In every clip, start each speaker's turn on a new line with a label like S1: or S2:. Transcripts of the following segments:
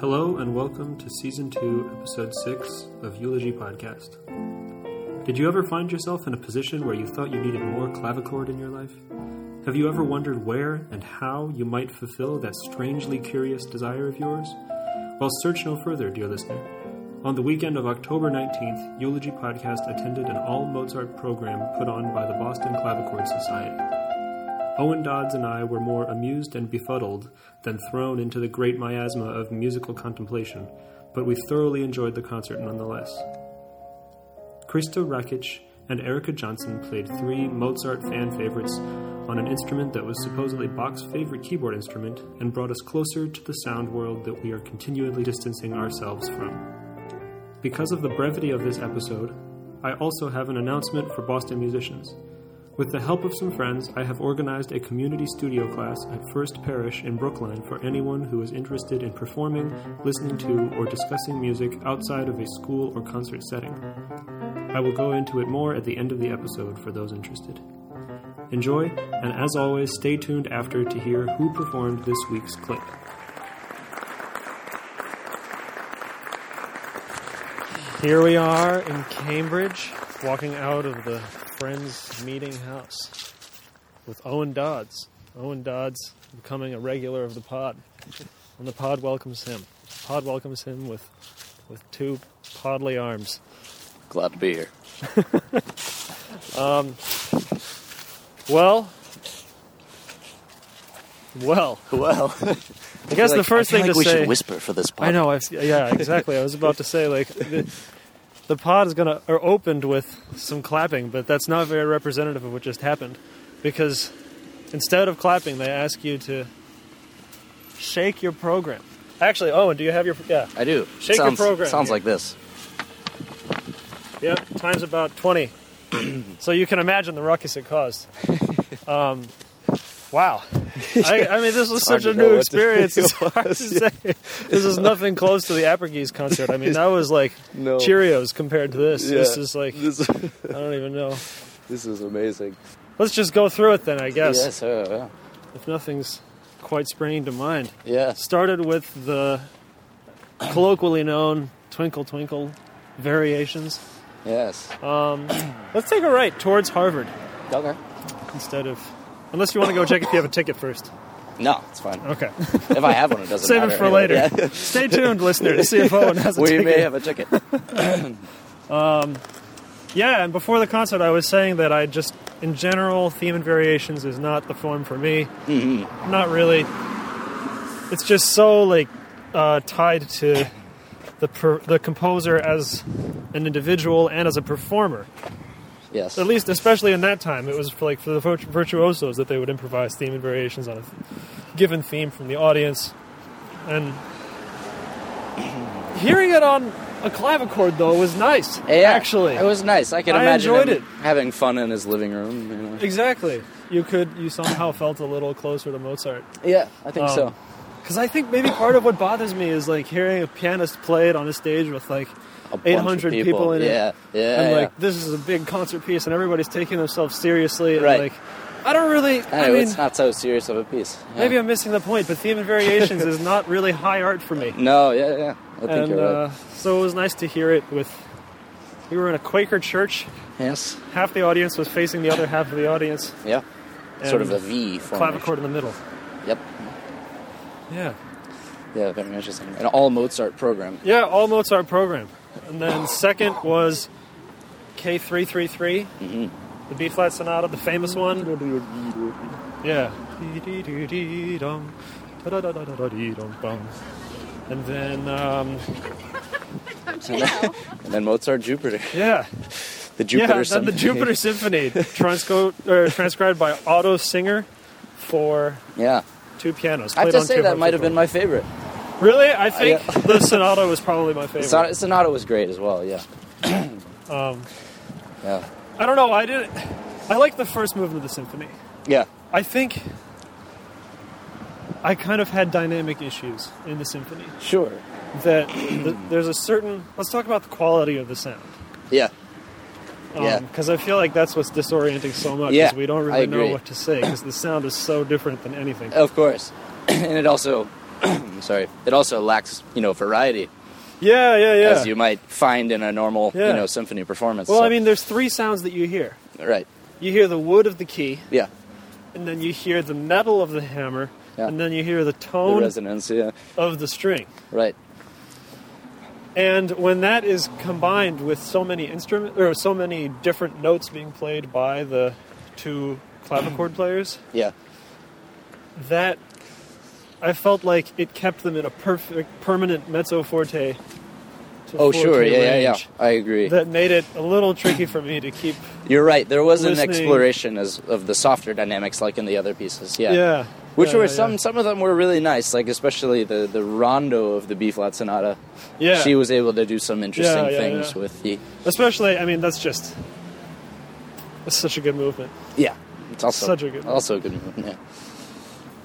S1: Hello and welcome to Season 2, Episode 6 of Eulogy Podcast. Did you ever find yourself in a position where you thought you needed more clavichord in your life? Have you ever wondered where and how you might fulfill that strangely curious desire of yours? Well, search no further, dear listener. On the weekend of October 19th, Eulogy Podcast attended an all Mozart program put on by the Boston Clavichord Society. Owen Dodds and I were more amused and befuddled than thrown into the great miasma of musical contemplation, but we thoroughly enjoyed the concert nonetheless. Krista Rakic and Erica Johnson played three Mozart fan favorites on an instrument that was supposedly Bach's favorite keyboard instrument and brought us closer to the sound world that we are continually distancing ourselves from. Because of the brevity of this episode, I also have an announcement for Boston musicians. With the help of some friends, I have organized a community studio class at First Parish in Brookline for anyone who is interested in performing, listening to, or discussing music outside of a school or concert setting. I will go into it more at the end of the episode for those interested. Enjoy, and as always, stay tuned after to hear who performed this week's clip. Here we are in Cambridge, walking out of the Friends Meeting House with Owen Dodds. Owen Dodds becoming a regular of the pod, and the pod welcomes him. The pod welcomes him with with two podly arms.
S2: Glad to be here.
S1: Well, well,
S2: Well, I,
S1: I guess the first thing
S2: like
S1: to
S2: we
S1: say.
S2: should whisper for this part.
S1: I know. I've, yeah, exactly. I was about to say like the, the pod is gonna or opened with some clapping, but that's not very representative of what just happened, because instead of clapping, they ask you to shake your program. Actually, Owen, do you have your yeah?
S2: I do.
S1: Shake your
S2: sounds,
S1: program
S2: Sounds
S1: here.
S2: like this.
S1: Yeah, times about 20. so you can imagine the ruckus it caused. Um, wow. I, I mean, this was
S2: hard
S1: such
S2: to
S1: a
S2: know what
S1: new
S2: to
S1: experience.
S2: feel
S1: It's hard to say. This is nothing close to the Apergees concert. I mean, that was like
S2: No.
S1: Cheerios compared to this. This is like,
S2: this,
S1: I don't even know.
S2: this is amazing.
S1: Let's just go through it then, I guess,
S2: Yes, uh,
S1: if nothing's quite springing to mind.
S2: yeah. Yes.
S1: Started with the colloquially known Twinkle Twinkle variations.
S2: Yes.
S1: Uh, Let's take a right towards Harvard.
S2: okay.
S1: instead of unless you want to go check if you have a ticket first
S2: No, it's fine.
S1: okay
S2: If I have one, it doesn't
S1: save
S2: matter.
S1: it for
S2: anyway.
S1: later
S2: Yeah.
S1: stay tuned listener to see if owen has a
S2: we
S1: ticket
S2: may have a ticket.
S1: yeah and before the concert i was saying that i just in general theme and variations is not the form for me
S2: Mm-hmm.
S1: not really it's just so like uh, tied to the per- the composer as an individual and as a performer
S2: Yes.
S1: at least especially in that time it was for like for the virtu- virtuosos that they would improvise theme and variations on a th- given theme from the audience and hearing it on a clavichord though was nice
S2: Yeah,
S1: actually
S2: it was nice. I can
S1: I
S2: imagine
S1: enjoyed
S2: him having fun in his living room. You know.
S1: exactly you could you somehow felt a little closer to mozart
S2: Yeah, I think
S1: Um,
S2: so.
S1: because i think maybe part of what bothers me is like hearing a pianist play it on a stage with like
S2: A bunch of
S1: 800 people. in it
S2: Yeah, yeah.
S1: and
S2: yeah.
S1: like this is a big concert piece and everybody's taking themselves seriously and
S2: Right.
S1: like i don't really
S2: Anyway,
S1: i mean
S2: it's not so serious of a piece. Yeah.
S1: Maybe I'm missing the point, but theme and variations is not really high art for me.
S2: No, yeah, yeah. I think
S1: And
S2: you're right.
S1: uh, so it was nice to hear it with. We were in a Quaker church.
S2: yes.
S1: Half the audience was facing the other half of the audience.
S2: Yeah. Sort of
S1: and
S2: a V formation.
S1: clavichord in the middle.
S2: Yep.
S1: Yeah.
S2: Yeah, very interesting. An all Mozart program.
S1: Yeah, all Mozart program. And then second was K333,
S2: Mm-hmm.
S1: the B flat sonata, the famous one. Yeah. Dee-dee-dee-dee-dum, da-da-da-da-da-dee-dum-bum. And then, um,
S2: And then Mozart Jupiter.
S1: yeah.
S2: The Jupiter
S1: yeah, then the
S2: Symphony.
S1: Jupiter Symphony, transco- or transcribed by Otto Singer for
S2: Yeah.
S1: two pianos.
S2: I have
S1: played
S2: to
S1: on
S2: say
S1: two
S2: that might have been my favorite.
S1: harpsichord. Really, I think
S2: yeah.
S1: the Sonata was probably my favorite.
S2: Sonata, Sonata was great as well, yeah. um, yeah.
S1: I don't know. I didn't. I like the first movement of the symphony.
S2: Yeah.
S1: I think I kind of had dynamic issues in the symphony.
S2: Sure.
S1: That th- there's a certain. Let's talk about the quality of the sound.
S2: Yeah. Yeah.
S1: Because um, I feel like that's what's disorienting so much.
S2: Yeah,
S1: is we don't
S2: I
S1: really know
S2: agree. Uh,
S1: what to say because the sound is so different than anything.
S2: Of course. and it also, I'm sorry, it also lacks, you know, variety
S1: yeah, yeah, yeah.
S2: as you might find in a normal,
S1: Yeah.
S2: you know, symphony performance.
S1: well,
S2: So-
S1: I mean, there's three sounds that you hear.
S2: right.
S1: You hear the wood of the key,
S2: Yeah.
S1: and then you hear the metal of the hammer,
S2: Yeah.
S1: and then you hear the
S2: The
S1: tone
S2: resonance. Yeah.
S1: of the string.
S2: Right.
S1: And when that is combined with so many instrument or so many different notes being played by the two clavichord players,
S2: Yeah.
S1: that I felt like it kept them in a perfect permanent mezzo forte. to
S2: Oh, sure.
S1: forte
S2: Yeah, yeah, yeah.
S1: range
S2: I agree.
S1: That made it a little tricky for me to keep.
S2: You're right. There was an
S1: listening-
S2: exploration as, of the softer dynamics, like in the other pieces. Yeah.
S1: Yeah. yeah.
S2: Which were
S1: yeah,
S2: some. Some of them were really nice, like especially the the rondo of the B flat sonata.
S1: Yeah.
S2: She was able to do some interesting
S1: yeah,
S2: things
S1: yeah.
S2: with the.
S1: Especially, I mean, that's just. It's such a good movement.
S2: Yeah. It's also
S1: Such a good one.
S2: also a good one. Yeah.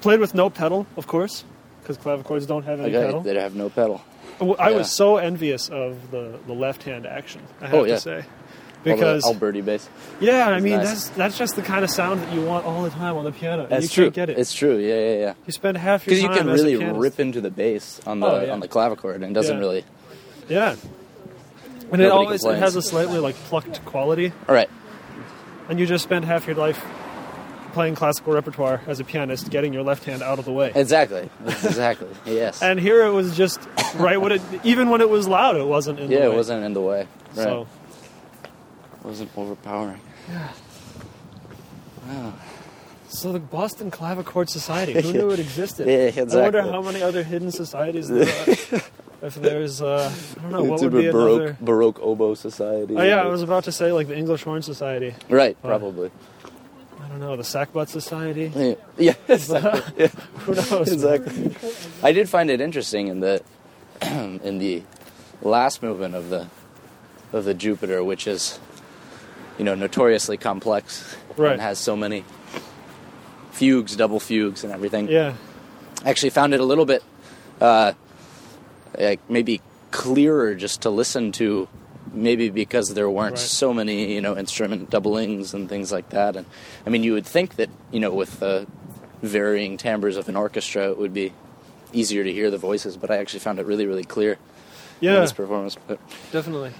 S1: Played with no pedal, of course, because clavichords don't have any
S2: Okay,
S1: pedal.
S2: They have no pedal.
S1: Well, I
S2: Yeah.
S1: was so envious of the, the left hand action. I have
S2: Oh, yeah.
S1: to say,
S2: All the
S1: because
S2: Alberti bass.
S1: yeah, I mean
S2: nice.
S1: that's that's just the kind of sound that you want all the time on the piano.
S2: That's
S1: you
S2: true.
S1: can't get it.
S2: It's true. Yeah, yeah, yeah.
S1: you spend half your
S2: Because
S1: time
S2: you can
S1: as a
S2: really
S1: pianist.
S2: rip into the bass on the
S1: Oh, yeah.
S2: on the clavichord, and it doesn't
S1: Yeah.
S2: really.
S1: Yeah, and it always it
S2: complains.
S1: has a slightly like plucked quality,
S2: All right.
S1: and you just spend half your life playing classical repertoire as a pianist, getting your left hand out of the way.
S2: Exactly. Exactly. yes.
S1: and here it was just right when it, even when it was loud, it wasn't. In the
S2: yeah, it
S1: way.
S2: wasn't in the way. Right.
S1: So
S2: wasn't overpowering.
S1: So the Boston Clavichord Society. Who knew it existed?
S2: Yeah,
S1: I wonder
S2: exactly.
S1: how many other hidden societies there are. if there's, uh, I don't know, what
S2: it's
S1: would
S2: a
S1: be
S2: baroque
S1: another?
S2: baroque oboe society.
S1: Oh yeah, I was about to say like the English Horn Society.
S2: right. Probably.
S1: I don't know, the Sackbut Society.
S2: Yeah. Yeah, exactly. Yeah,
S1: Who knows?
S2: exactly. I did find it interesting in the in the last movement of the of the Jupiter, which is you know notoriously complex
S1: Right.
S2: and has so many fugues, double fugues, and everything.
S1: Yeah.
S2: actually found it a little bit uh, like maybe clearer just to listen to maybe because there weren't
S1: Right.
S2: so many you know instrument doublings and things like that and i mean you would think that you know with the varying timbres of an orchestra it would be easier to hear the voices but i actually found it really really clear in
S1: Yeah.
S2: this performance but
S1: Definitely.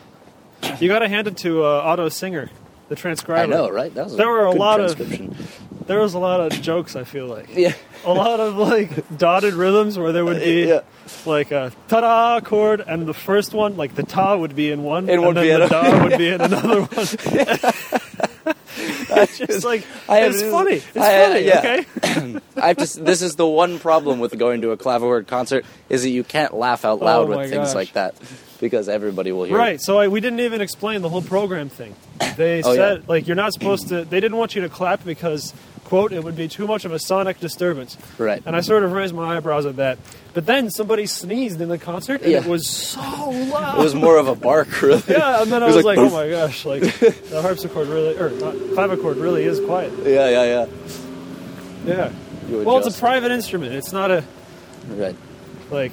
S1: You got to hand it to uh, Otto Singer, the transcriber.
S2: i know right that was
S1: There were a
S2: good
S1: lot of-
S2: transcription.
S1: There was a lot of jokes. I feel like
S2: yeah
S1: a lot of like dotted rhythms where there would be
S2: Yeah.
S1: like a ta-da chord, and the first one, like the ta, would be in one,
S2: In
S1: and
S2: one
S1: then
S2: piano.
S1: the da would be in another one. it's just like
S2: I have
S1: it's
S2: this-
S1: funny. It's
S2: I had-
S1: funny.
S2: yeah.
S1: Okay.
S2: I have to. s- This is the one problem with going to a clavichord concert is that you can't laugh out loud
S1: Oh my
S2: with things
S1: gosh.
S2: like that because everybody will hear. it.
S1: Right. So I, we didn't even explain the whole program thing. They
S2: Oh,
S1: said
S2: yeah.
S1: like you're not supposed to. They didn't want you to clap because quote it would be too much of a sonic disturbance.
S2: Right.
S1: And I sort of raised my eyebrows at that. But then somebody sneezed in the concert, and it
S2: Yeah.
S1: was so loud.
S2: It was more of a bark, really.
S1: Yeah, and then I
S2: It
S1: was,
S2: was
S1: like,
S2: like,
S1: oh my gosh, like the harpsichord really, or not, clavichord really is quiet.
S2: yeah, yeah,
S1: Yeah.
S2: You
S1: Well, it's a
S2: adjust.
S1: private instrument. It's not a
S2: yeah. Right.
S1: like.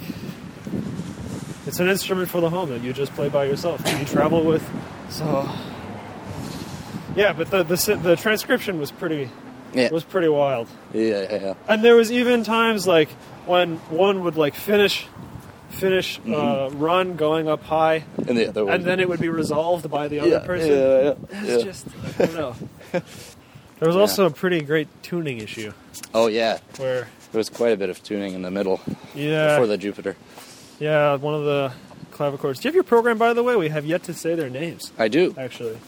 S1: It's an instrument for the home that you just play by yourself. That you travel with, so. Yeah, but the the si- the transcription was pretty
S2: Yeah.
S1: was pretty wild,
S2: yeah, yeah, yeah.
S1: and there was even times like when one would like finish finish
S2: Mm-hmm.
S1: uh, run going up high,
S2: And the other one.
S1: and then it would be resolved by the other
S2: yeah,
S1: person.
S2: Yeah, yeah, yeah.
S1: It's just, I don't know. There was
S2: Yeah.
S1: also a pretty great tuning issue
S2: Oh yeah,
S1: where,
S2: there was quite a bit of tuning in the middle
S1: yeah,
S2: for the Jupiter.
S1: yeah, one of the clavichords. Do you have your program, by the way? We have yet to say their names,
S2: I do.
S1: actually.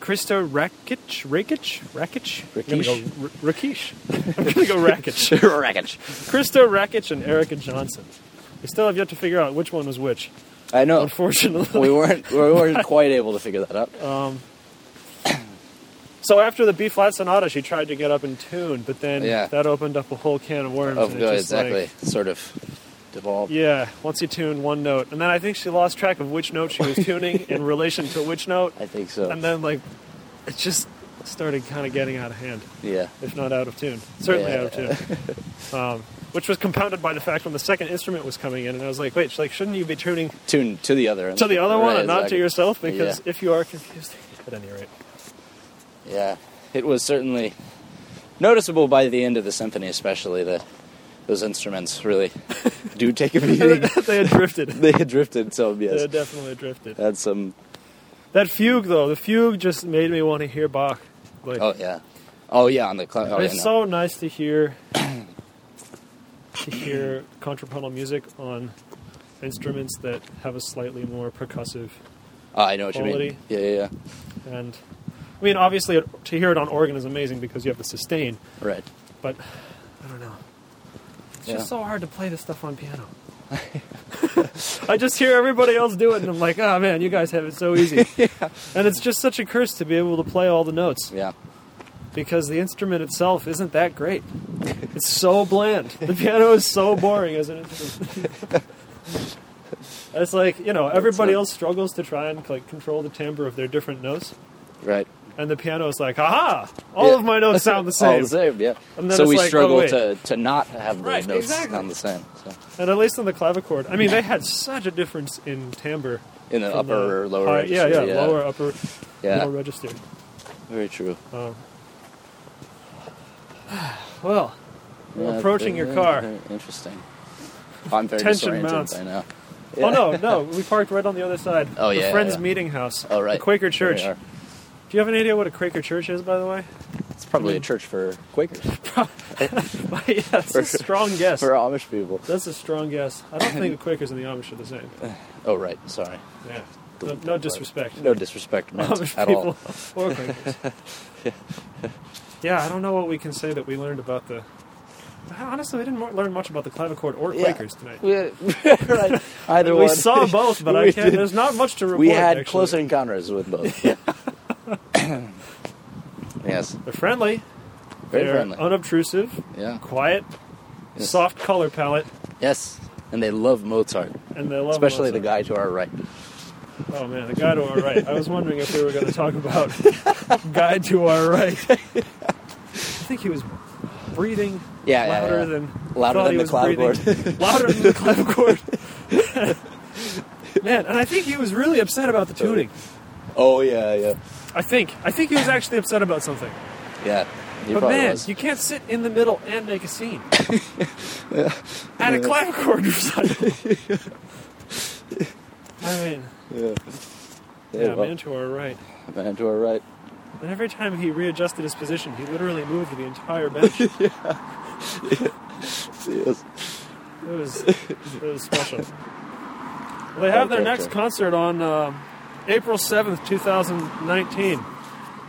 S1: Krista Rakic, Rakic, Rakic, I'm gonna
S2: Rakish.
S1: go R- Rakish. I'm gonna go Rakic.
S2: Wreckage.
S1: Krista Rakic and Erica Johnson. We still have yet to figure out which one was which.
S2: I know.
S1: Unfortunately, Oh,
S2: We weren't. We weren't quite able to figure that out.
S1: so after the B flat sonata, she tried to get up in tune, but then
S2: Yeah.
S1: that opened up a whole can of worms.
S2: Of
S1: and it just,
S2: exactly.
S1: like,
S2: sort of devolved.
S1: Yeah, once you tune one note, and then I think she lost track of which note she was tuning in relation to which note,
S2: I think so.
S1: and then like it just started kind of getting out of hand,
S2: yeah.
S1: if not out of tune, certainly
S2: Yeah.
S1: out of tune. Um, which was compounded by the fact when the second instrument was coming in, and I was like, wait, like shouldn't you be tuning
S2: Tune to the other.
S1: to the other one
S2: Right,
S1: and not to
S2: exactly.
S1: yourself? Because
S2: Yeah.
S1: if you are confused, at any rate.
S2: Yeah, it was certainly noticeable by the end of the symphony, especially that those instruments really do take a beating.
S1: they had drifted.
S2: they had drifted, so
S1: They
S2: yes,
S1: had definitely drifted.
S2: had some.
S1: That fugue, though, the fugue just made me want to hear Bach. Like,
S2: Oh yeah, oh yeah, on the cloud. Oh, yeah,
S1: it's
S2: no.
S1: so nice to hear to hear contrapuntal music on instruments that have a slightly more percussive
S2: Oh, I know what you
S1: quality.
S2: mean. Yeah, yeah, yeah.
S1: and I mean, obviously, it- to hear it on organ is amazing because you have the sustain,
S2: Right.
S1: but I don't know. It's
S2: Yeah.
S1: just so hard to play this stuff on piano. I just hear everybody else do it, and I'm like, oh man, you guys have it so easy. And it's just such a curse to be able to play all the notes
S2: Yeah.
S1: because the instrument itself isn't that great. It's so bland. The piano is so boring as an instrument. it's like you know, everybody
S2: it.
S1: else struggles to try and like control the timbre of their different notes.
S2: Right.
S1: and the piano is like, aha, all
S2: Yeah.
S1: of my notes sound the
S2: All
S1: same.
S2: the same. Yeah.
S1: And then
S2: So
S1: it's
S2: we
S1: like, oh,
S2: struggle
S1: wait.
S2: to to not have the
S1: Right,
S2: notes
S1: exactly.
S2: sound the same. So
S1: And at least on the clavichord, I mean, they had such a difference in timbre.
S2: in the
S1: from
S2: upper or lower.
S1: high-
S2: register,
S1: yeah, yeah,
S2: yeah.
S1: lower, upper,
S2: Yeah.
S1: middle register.
S2: Very true.
S1: Um, well,
S2: Yeah,
S1: approaching your
S2: very,
S1: car.
S2: very Interesting. I'm very
S1: Tension
S2: disoriented
S1: mounts.
S2: I know.
S1: Oh no, no, we parked right on the other side.
S2: Oh,
S1: the
S2: yeah, yeah,
S1: Friends
S2: yeah.
S1: Meeting House.
S2: Oh right.
S1: The Quaker
S2: There we
S1: Church.
S2: are.
S1: Do you have any idea what a Quaker Church is, by the way?
S2: It's probably a church for Quakers,
S1: yeah, that's a strong guess.
S2: for Amish people.
S1: That's a strong guess. I don't think the Quakers and the Amish are the same.
S2: Oh right. Sorry.
S1: Yeah. No, no disrespect.
S2: No disrespect meant
S1: Amish
S2: at all.
S1: people or Quakers. yeah, I don't know what we can say that we learned about the. Honestly, we didn't mo- learn much about the clavichord or
S2: Yeah.
S1: Quakers tonight.
S2: Yeah, right. Either
S1: we
S2: one.
S1: saw both, but I
S2: We
S1: can't,
S2: did.
S1: there's not much to report.
S2: we had
S1: actually.
S2: close encounters with both. yes,
S1: They're friendly.
S2: very
S1: they're
S2: friendly.
S1: unobtrusive,
S2: yeah.
S1: quiet,
S2: Yes.
S1: soft color palette,
S2: Yes, and they love Mozart,
S1: and they love
S2: especially the
S1: Mozart.
S2: guy to our right.
S1: Oh man, the guy to our right. I was wondering if we were going to talk about guy to our right. I think he was breathing
S2: Yeah, yeah,
S1: louder
S2: yeah.
S1: than
S2: Louder
S1: thought
S2: than
S1: he
S2: the
S1: was breathing. louder than the clavichord. man, and I think he was really upset about the tuning.
S2: Oh yeah, yeah,
S1: I think I think he was actually upset about something.
S2: yeah. He
S1: but
S2: probably
S1: man,
S2: was.
S1: you can't sit in the middle and make a scene at a clavichord recital. I mean,
S2: yeah. Yeah,
S1: yeah,
S2: well,
S1: man to our right.
S2: the man to our right.
S1: And every time he readjusted his position, he literally moved the entire bench. it
S2: Yes.
S1: was it was special. Well, they have their
S2: Okay,
S1: next
S2: okay.
S1: concert on um, April seventh, two thousand nineteen.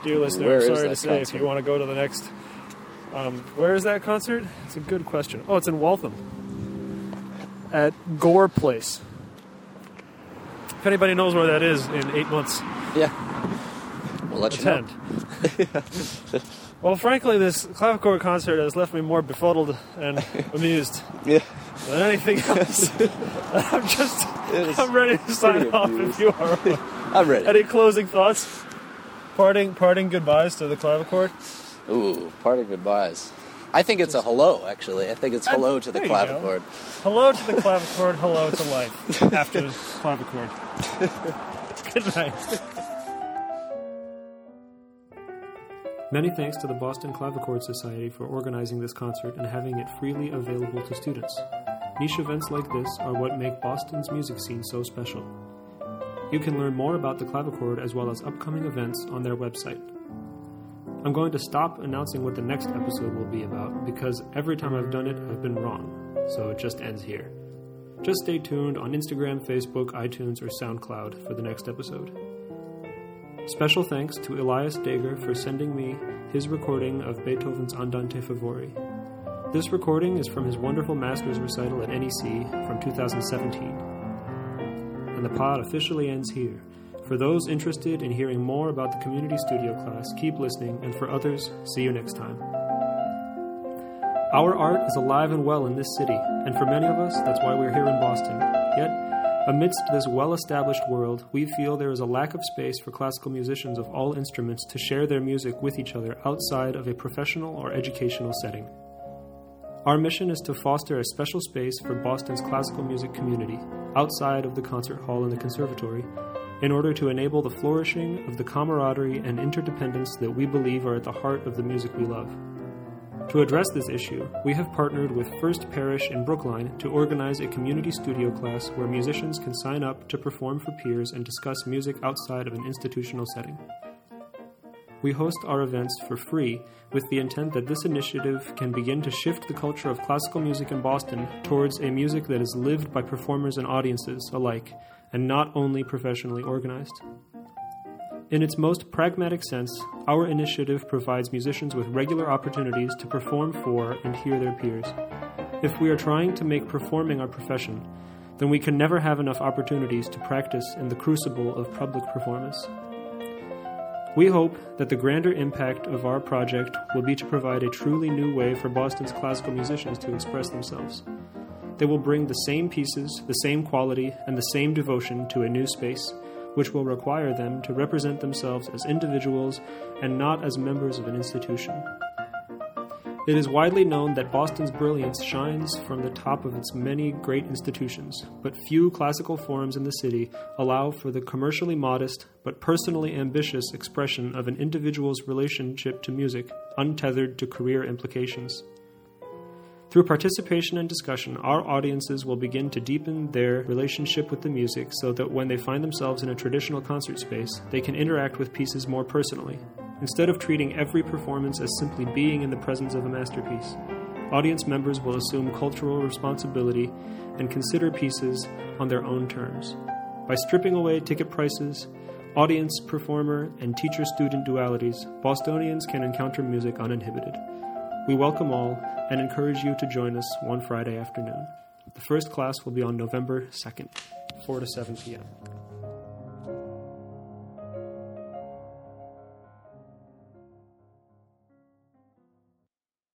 S1: Dear listener,
S2: Where
S1: I'm
S2: is
S1: sorry to
S2: that
S1: say if
S2: concert?
S1: you want to go to the next. Um, where is that concert? It's a good question. Oh, it's in Waltham, at Gore Place. If anybody knows where that is, in eight months.
S2: Yeah. We'll let you
S1: attend. well, frankly, this clavichord concert has left me more befuddled and amused
S2: know. Yeah.
S1: than anything else. I'm just,
S2: It is
S1: I'm ready to sign
S2: pretty
S1: off if
S2: amused.
S1: you are.
S2: I'm ready.
S1: Any closing thoughts? Parting, parting goodbyes to the clavichord.
S2: Ooh, party goodbyes. I think it's a hello, actually. I think it's
S1: Uh,
S2: hello to the
S1: there you go.
S2: clavichord.
S1: Hello to the clavichord. Hello to life after the clavichord. Good night.
S3: Many thanks to the Boston Clavichord Society for organizing this concert and having it freely available to students. Niche events like this are what make Boston's music scene so special. You can learn more about the clavichord as well as upcoming events on their website. I'm going to stop announcing what the next episode will be about because every time I've done it, I've been wrong, so it just ends here. Just stay tuned on Instagram, Facebook, iTunes, or SoundCloud for the next episode. Special thanks to Elias Dager for sending me his recording of Beethoven's Andante Favori. This recording is from his wonderful master's recital at NEC from 2017. And the pod officially ends here. For those interested in hearing more about the community studio class, keep listening, and for others, see you next time. Our art is alive and well in this city, and for many of us, that's why we're here in Boston. Yet, amidst this well established world, we feel there is a lack of space for classical musicians of all instruments to share their music with each other outside of a professional or educational setting. Our mission is to foster a special space for Boston's classical music community outside of the concert hall and the conservatory, in order to enable the flourishing of the camaraderie and interdependence that we believe are at the heart of the music we love. To address this issue, we have partnered with First Parish in Brookline to organize a community studio class where musicians can sign up to perform for peers and discuss music outside of an institutional setting. We host our events for free with the intent that this initiative can begin to shift the culture of classical music in Boston towards a music that is lived by performers and audiences alike, and not only professionally organized. In its most pragmatic sense, our initiative provides musicians with regular opportunities to perform for and hear their peers. If we are trying to make performing our profession, then we can never have enough opportunities to practice in the crucible of public performance. We hope that the grander impact of our project will be to provide a truly new way for Boston's classical musicians to express themselves. They will bring the same pieces, the same quality, and the same devotion to a new space, which will require them to represent themselves as individuals and not as members of an institution. It is widely known that Boston's brilliance shines from the top of its many great institutions, but few classical forums in the city allow for the commercially modest but personally ambitious expression of an individual's relationship to music, untethered to career implications. Through participation and discussion, our audiences will begin to deepen their relationship with the music so that when they find themselves in a traditional concert space, they can interact with pieces more personally, Instead of treating every performance as simply being in the presence of a masterpiece, audience members will assume cultural responsibility and consider pieces on their own terms. By stripping away ticket prices, audience performer, and teacher student dualities, Bostonians can encounter music uninhibited. We welcome all and encourage you to join us one Friday afternoon. The first class will be on November 2nd, 4 to 7 p.m.